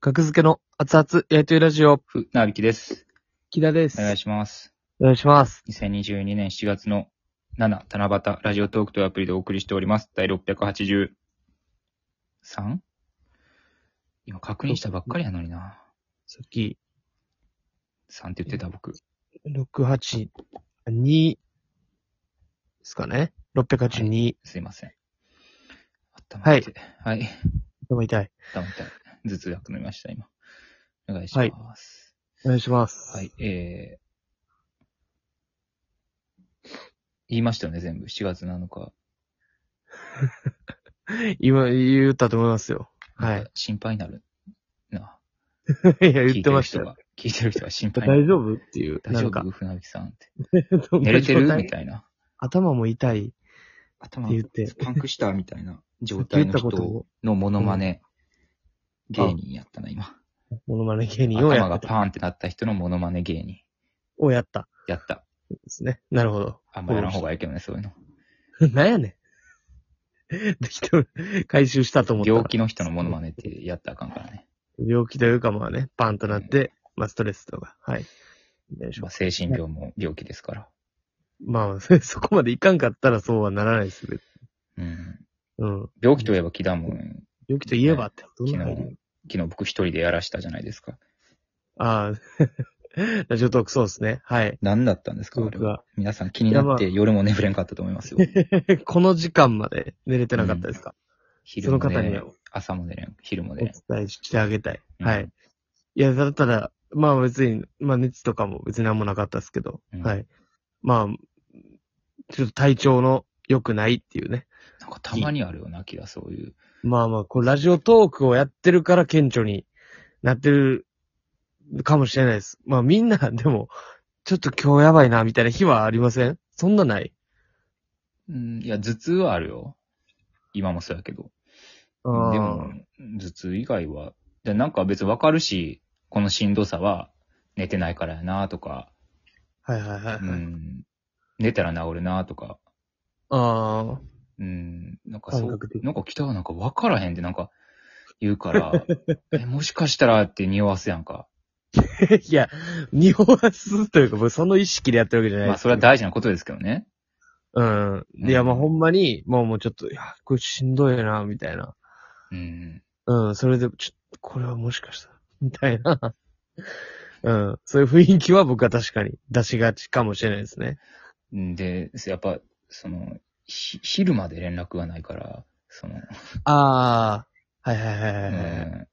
格付けの熱々焼いてるラジオ、ふなびきです。木田です。お願いしします。お願いします。 2022年7月の7、七夕、ラジオトークというアプリでお送りしております。第 683? 今確認したばっかりやのにな。さっき、 3って言ってた僕。 682ですかね。682。すいません。頭痛い。はい。でも痛い。頭痛い。頭痛なくなりました、今。お願いします。お願いします。はい。。えー、言いましたよね、全部。7月7日。今、言ったと思いますよ。はなんいか。心配になる。いな。や、 聞言いってるましたよ。人が、聞いてる人が心配。大丈夫っていう。大な丈んか夫船木さんって。寝れてるみたいな。頭も痛い。頭って言ってパンクしたみたいな状言態っのたこと人を、のモノマネ芸人やったな、今。モノマネ芸人をや頭っがた。パーンってなった人のモノマネ芸人。をやった。やった。ですね。なるほど。 あんまやらん方がいいけどね、そういうの。なんやねん。 適当に回収したと思ったら。病気の人のモノマネってやったらあかんからね。病気というかまあね、パンとなって、まあストレスとか、はい。よいしょまあ精神病も病気ですから。まあ、そそこまでいかんかったらそうはならないですけど。うん。うん。病気といえば木田もん、病気といえばって、どん昨な入日り、昨日僕一人でやらしたじゃないですか。ああ、ラジオトー クそうですね。はい。何だったんですかあれ僕は。は、 皆さん気になって夜も眠れんかったと思いますよ。この時間まで寝れてなかったですか、昼そのも方寝にれはん。朝も寝れん。昼もお寝れ伝ん。えしてあげたい。うんはい。いや、ただただ、まあ別に、まあ熱とかも別に何もなかったですけど、うんはい。まあ、ちょっと体調の良くないっていうね。なんかたまにあるよな、気がそういう。まあまあ、これラジオトークをやってるから顕著になってるかもしれないです。まあみんな、でも、ちょっと今日やばいな、みたいな日はありませんそんなない。うん、いや、頭痛はあるよ。今もそうやけでど。でも、、頭痛以外は、でなんか別にわかるし、このしんどさは寝てないからやなとか、はいはいはいはい。うん、寝たら治るなとか、あうん、なんかそ感う覚的、なんか北はなんかわからへんってなんか言う から、え、もしかしたらって匂わすやんか。あ。 いや、日本はすというか、僕その意識でやってるわけじゃないまあそれは大事なことですけどね。うん。いや、まあほんまに、もうもうちょっと、いや、これしんどいな、みたいな。うん。うん、それで、ちょっと、これはもしかしたら、みたいな。 うん、そういう雰囲気は僕は確かに出しがちかもしれないですね。で、やっぱ、その、ひ昼まで連絡がないから、その、ああ、はいはいはいはういはい。ん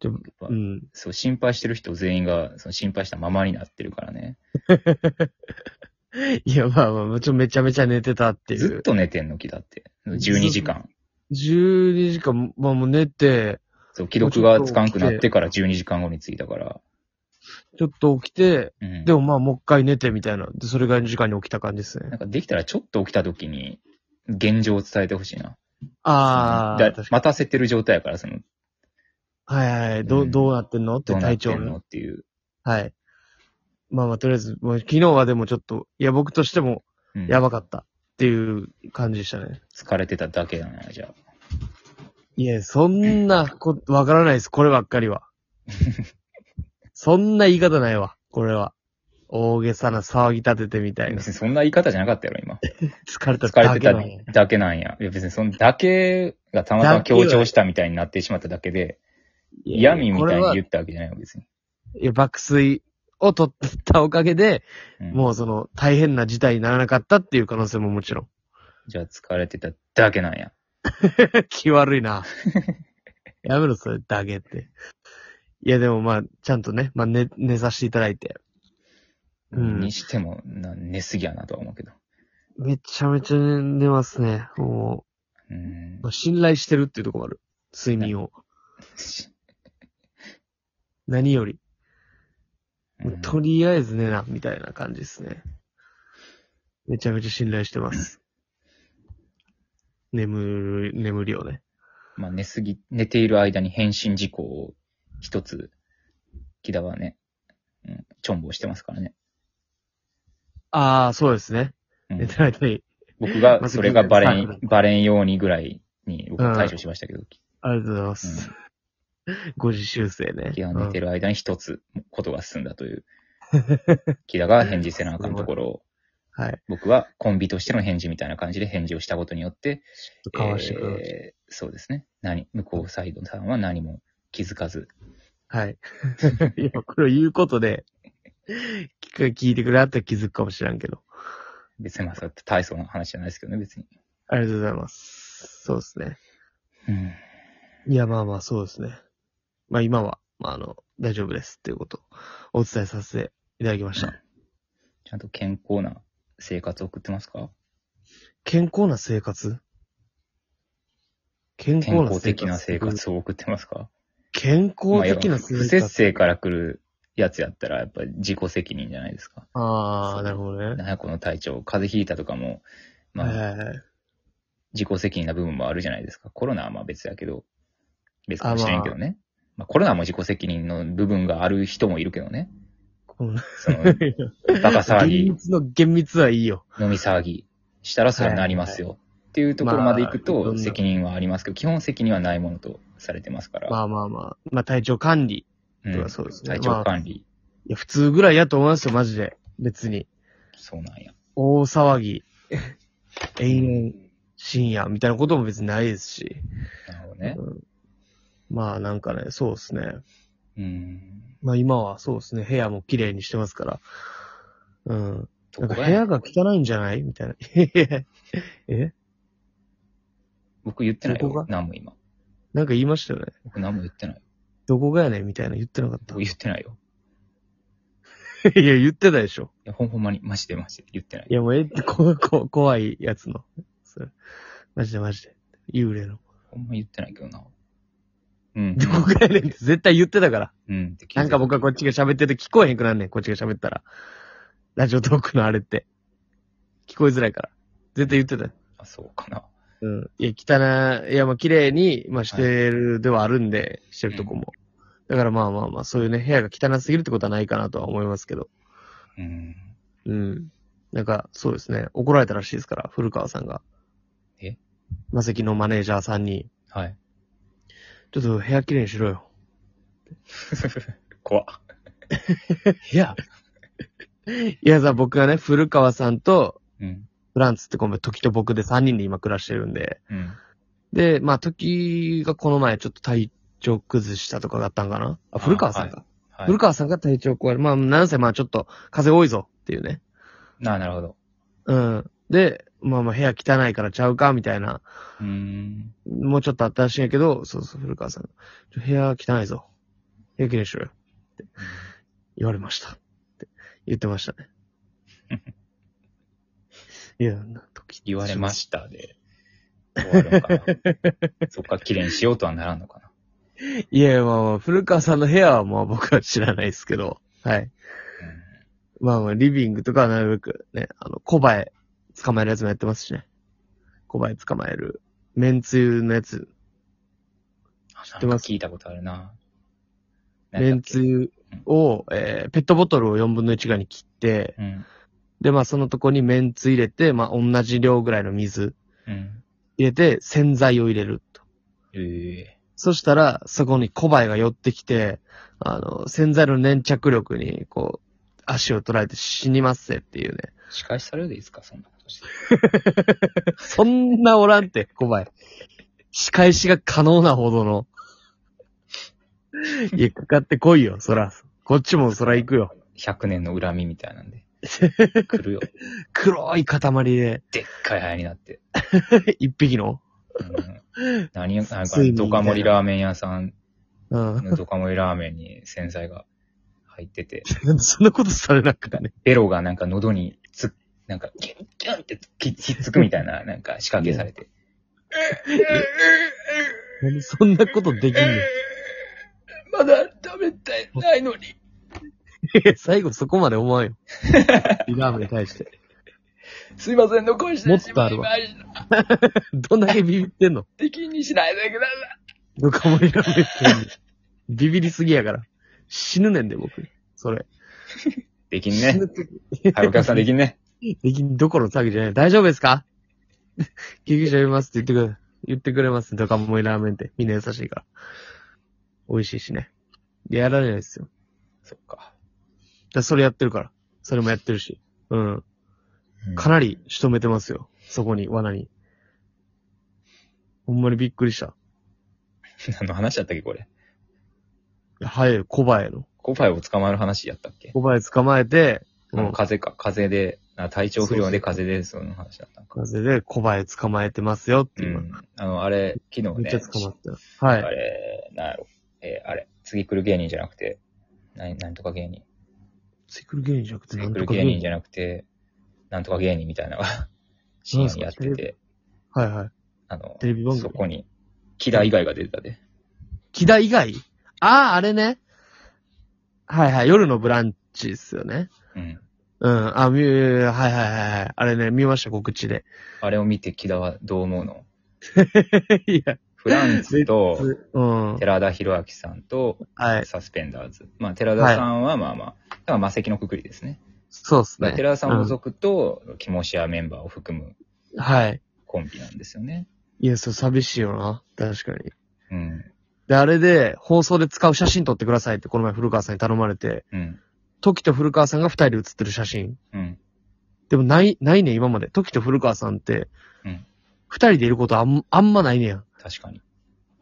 ちょやっぱうん。そう、心配してる人全員が、その心配したままになってるからね。いや、まあまあ、ちょめちゃめちゃ寝てたっていずっう。と寝てんの、木だって。12時間。 12時間、まあもう寝て、そう、既読がつかんくなってから12時間後に着いたから。ちょっと起きて、うん。でもまあもう一回寝てみたいな。で、それぐらいの時間に起きた感じですなねん。かできたらちょっと起きた時に、現状を伝えてほしいな。あだあ、確か待たせてる状態やから、その、に。はいはい。どうう、んどうなってんのってどうなっ体て調んのの。っていう。はい。まあまあ、とりあえず、もう昨日はでもちょっと、いや、僕としてもうんやばかったっていう感じでしたね。疲れてただけだな、じゃあ。いや、そん なこ、わからないです。こればっかりは。そんな言い方ないわ。これは。大げさな騒ぎ立ててみたいな 別。にそんな言い方じゃなかったやろ、今。疲れた疲れだてけたなんやだけなんや。いや別にそのだけがたまたま強調したみたいになってしまっただけで、いや闇みこたれいはにい言ったわけじゃないよ、別に。や、爆睡を取ったおかげで、うんもうその、大変な事態にならなかったっていう可能性ももちろん。 じゃあ疲れてただけなんや。気悪い な。やめろ、それだけって。いや、でもまあ、ちゃんとね、まあ、寝、寝させていただいて。うんにしてもな、寝すぎやなとは思うけど。めちゃめちゃ寝ますね。もうんう、ま。あ信頼してるっていうところもある。睡眠を。何より。もうとりあえず寝な、みたいな感じですね。めちゃめちゃ信頼してます。眠る、眠りをね。まあ寝すぎ、寝ている間に返信事項を一つ、木田はね、うん、ちょんぼをしてますからね。ああ、そうですね。うん寝てないとに。僕が、それがバレまずん、バレんようにぐらいに僕は対処しましたけど、 ありがとうございます。誤字修正ね。木田が寝てる。る間に一つことが進んだ という。木田が返事せなあかんところを、はい。僕はコンビとしての返事みたいな感じで返事をしたことによって、かわしてください。えーそうですね。何、向こうサイドさんは何も気づかず、はい。 いや、これを言うことで、 聞く聞いてくれはったら気づくかもしらんけど。別にまあそうやって大層な話じゃないですけどね、別に。ありがとうございます。そうですね。うん。いや、まあまあ、そうですね。まあ今は、まああの、大丈夫ですっていうことをお伝えさせていただきました。ちゃんと健康な生活を送ってますか健康な生活健康健な生活康的な生活を送ってますか健まあ康的な生不活。節制から来るやつやったら、やっぱり自己責任じゃないですか。あそあ、うなるほどね。なんやこの体調、風邪ひいたとかも、まはいあ、はいはい。自己責任な部分もあるじゃないですか。コロナはまあ別やけど、別かもしれんけどね。まあ、コロナも自己責任の部分がある人もいるけどね。この その、バカ騒ぎ厳、密の厳密はいいよ。飲み騒ぎしたらそれはなりますよ。っていうところまで行くまあどとんな責任はありますけど、基本責任はないものとされてますから。まあまあまあ。まあ体調管理。うんまあそうですね体調管理、いや、普通ぐらいやと思いますよ、マジで。別に。そうなんや。大騒 ぎ。永遠、深夜、みたいなことも別にないですし。なるほどね。うんまあなんかね、そうですね。うん。まあ今はそうですね、部屋も綺麗にしてますから。うん。となんこかろ部や屋が汚いんじゃないみたいな。 ええ僕言ってないどこよが。何も今。なんか言いましたよね。僕何も言ってない。どこがやねんみたいな言ってなかった僕。言ってないよ。いや、言ってたでしょ。いや、ほんほんまに、マジでマジで言ってないい。や、もうえって、こ、こ、怖いやつの。それ。マジでマジで。幽霊の。ほんま言ってないけどな。うん。どこがやねんって絶対言ってたから。うん。って聞いてなんか僕はこっちが喋ってて聞こえへんくなんねん。こっちが喋ったら。ラジオトークのあれって。聞こえづらいから。絶対言ってたよ。あ、そうかな。うん。いや、汚い、いや、まあ、綺麗に、まあ、してるではあるんで、してるとこも。だからまあまあまあ、そういうね、部屋が汚すぎるってことはないかなとは思いますけど。うん。うん。なんか、そうですね。怒られたらしいですから、古川さんが。えマセキのマネージャーさんに、はい。ちょっと部屋綺麗にしろよ。 怖っ。いや。いやさ、僕がね、古川さんと、うん。フランツってコンビ、時と僕で3人で今暮らしてるんで。うん。で、まあ、時がこの前ちょっと体調崩したとかだったんかなあ、古川さんが。はい。古川さんが体調壊れ、まあ、なんせまあちょっと風多いぞっていうね。なあ、なるほど。うん。で、まあまあ部屋汚いからちゃうか、みたいな。うーん。もうちょっとあったらしいんやけど、そうそう、古川さんが。ちょ部屋汚いぞ。部屋きれいにしろよ。って言われました。って言ってました ね。いや、なんとき言われましたで、終わる のかな。そっから綺麗にしようとはならんのかな。いや、まあまあ、古川さんの部屋はまあ僕は知らないですけど、はい。まあまあ、リビングとかはなるべくね、あの、コバエ捕まえるやつもやってますしね。コバエ捕まえる。めんつゆのやつ。知ってます聞いたことあるな。めんつゆを、えー、ペットボトルを4分の1ぐらいに切って、うん。で、まあそのとこにめんつゆ入れて、まあ同じ量ぐらいの水うん。入れて、洗剤を入れると。ええそしたら、そこにコバエが寄ってきて、あの、洗剤の粘着力に、こう、足を取られて死にますぜっていうね。仕返しされるでいいですかそんなことして。そんなおらんて、小林。仕返しが可能なほどの。いや、かかってこいよ、そら。こっちもそら行くよ。 100年の恨みみたいなん で。来るよ。黒い塊で、でっかいハエになって。一匹の。うん、何や、なんかつい、にドカ盛りラーメン屋さんうん。のドカ盛りラーメンに洗剤が入ってて、そんなことされなくてね。ベロがなんか喉につ、なんか、キュンキュンってきひっつくみたいな、なんか仕掛けされて。何そんなことできんの まだ食べたいないのに。いや 最後そこまで思わんよ。ラーメンに対して。すいません、残してしまいましどんだけビビってんの敵にしないでくださドカ盛りラーメンって。ビビりすぎやから。死ぬねんで、僕。それ。い。できん死ねぬ。時はい、お客さんできんね。できどころの騒ぎじゃない。大丈夫ですか 救急車呼びますって言ってくれ、言ってくれます。ドカモイラーメンって。みんな優しいから。美味しいしね。で、やられないですよ。 そっだか。からそれやってるから。それもやってるし。うん。うんかなり仕留めてますよ。そこに、罠に。ほんまにびっくりした。何の話だったっけ、これ。いや早い、コバエの。コパイを捕まえる話やったっけコバエ捕まえて、うあのん、風邪か、風邪で、あ体調不良でそ風邪で、その話だったんか。風でコバエ捕まえてますよってう今。ん。あの、あれ、昨日めっねちゃ、捕まった。はあい。れ、なんやろ。えーあれ、次来る芸人じゃなくて、何、なんとか芸人。次来る芸人じゃなくて、次なん来とるか芸人じゃゃなくて、なんとか芸人みたいなのが、深夜にやってなんすかテて、はいはい。あのテ、レビ番そ組。こに、木田以外が出てたで。木田以外ああ、あれね。はいはい、夜のブランチですよね。うん。うん、あ、み、はいはいはいはい。あれね、見ました、告知 で。あれを見て木田はどう思うのいや、フランツと、うん。寺田博明さんと、はい。サスペンダーズ。まあ、寺田さんはまあまあ、だから魔石のくくりですね。そうっすまあね。寺田さんを除くと、キモシアメンバーを含むうんはい。コンビなんですよね。いや、そう、寂しいよな。確かに。うん。で、あれで、放送で使う写真撮ってくださいって、この前古川さんに頼まれて、うん。時と古川さんが二人で写ってる写真。うん。でもない、ないね、今まで。時と古川さんってうん、二、人でいることあん、あんまないねや。確かに。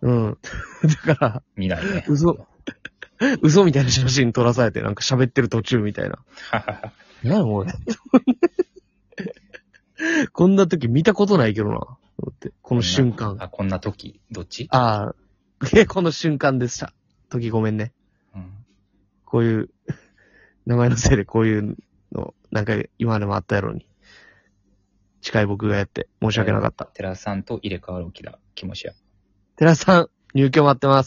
うん。 だから、見ないね。 嘘。 嘘みたいな写真撮らされて、なんか喋ってる途中みたいな。なんやおい。 こんな時見たことないけどな。と思ってこの瞬間。あ、こんな時、どっちああ、え この瞬間でした。時ごめんね。うん。こういう、 名前のせいでこういうの、なんか今までもあったやろうに。近い僕がやって、申し訳なかった。寺田さんと入れ替わる木田、キモシア。寺田さん、入居待ってます。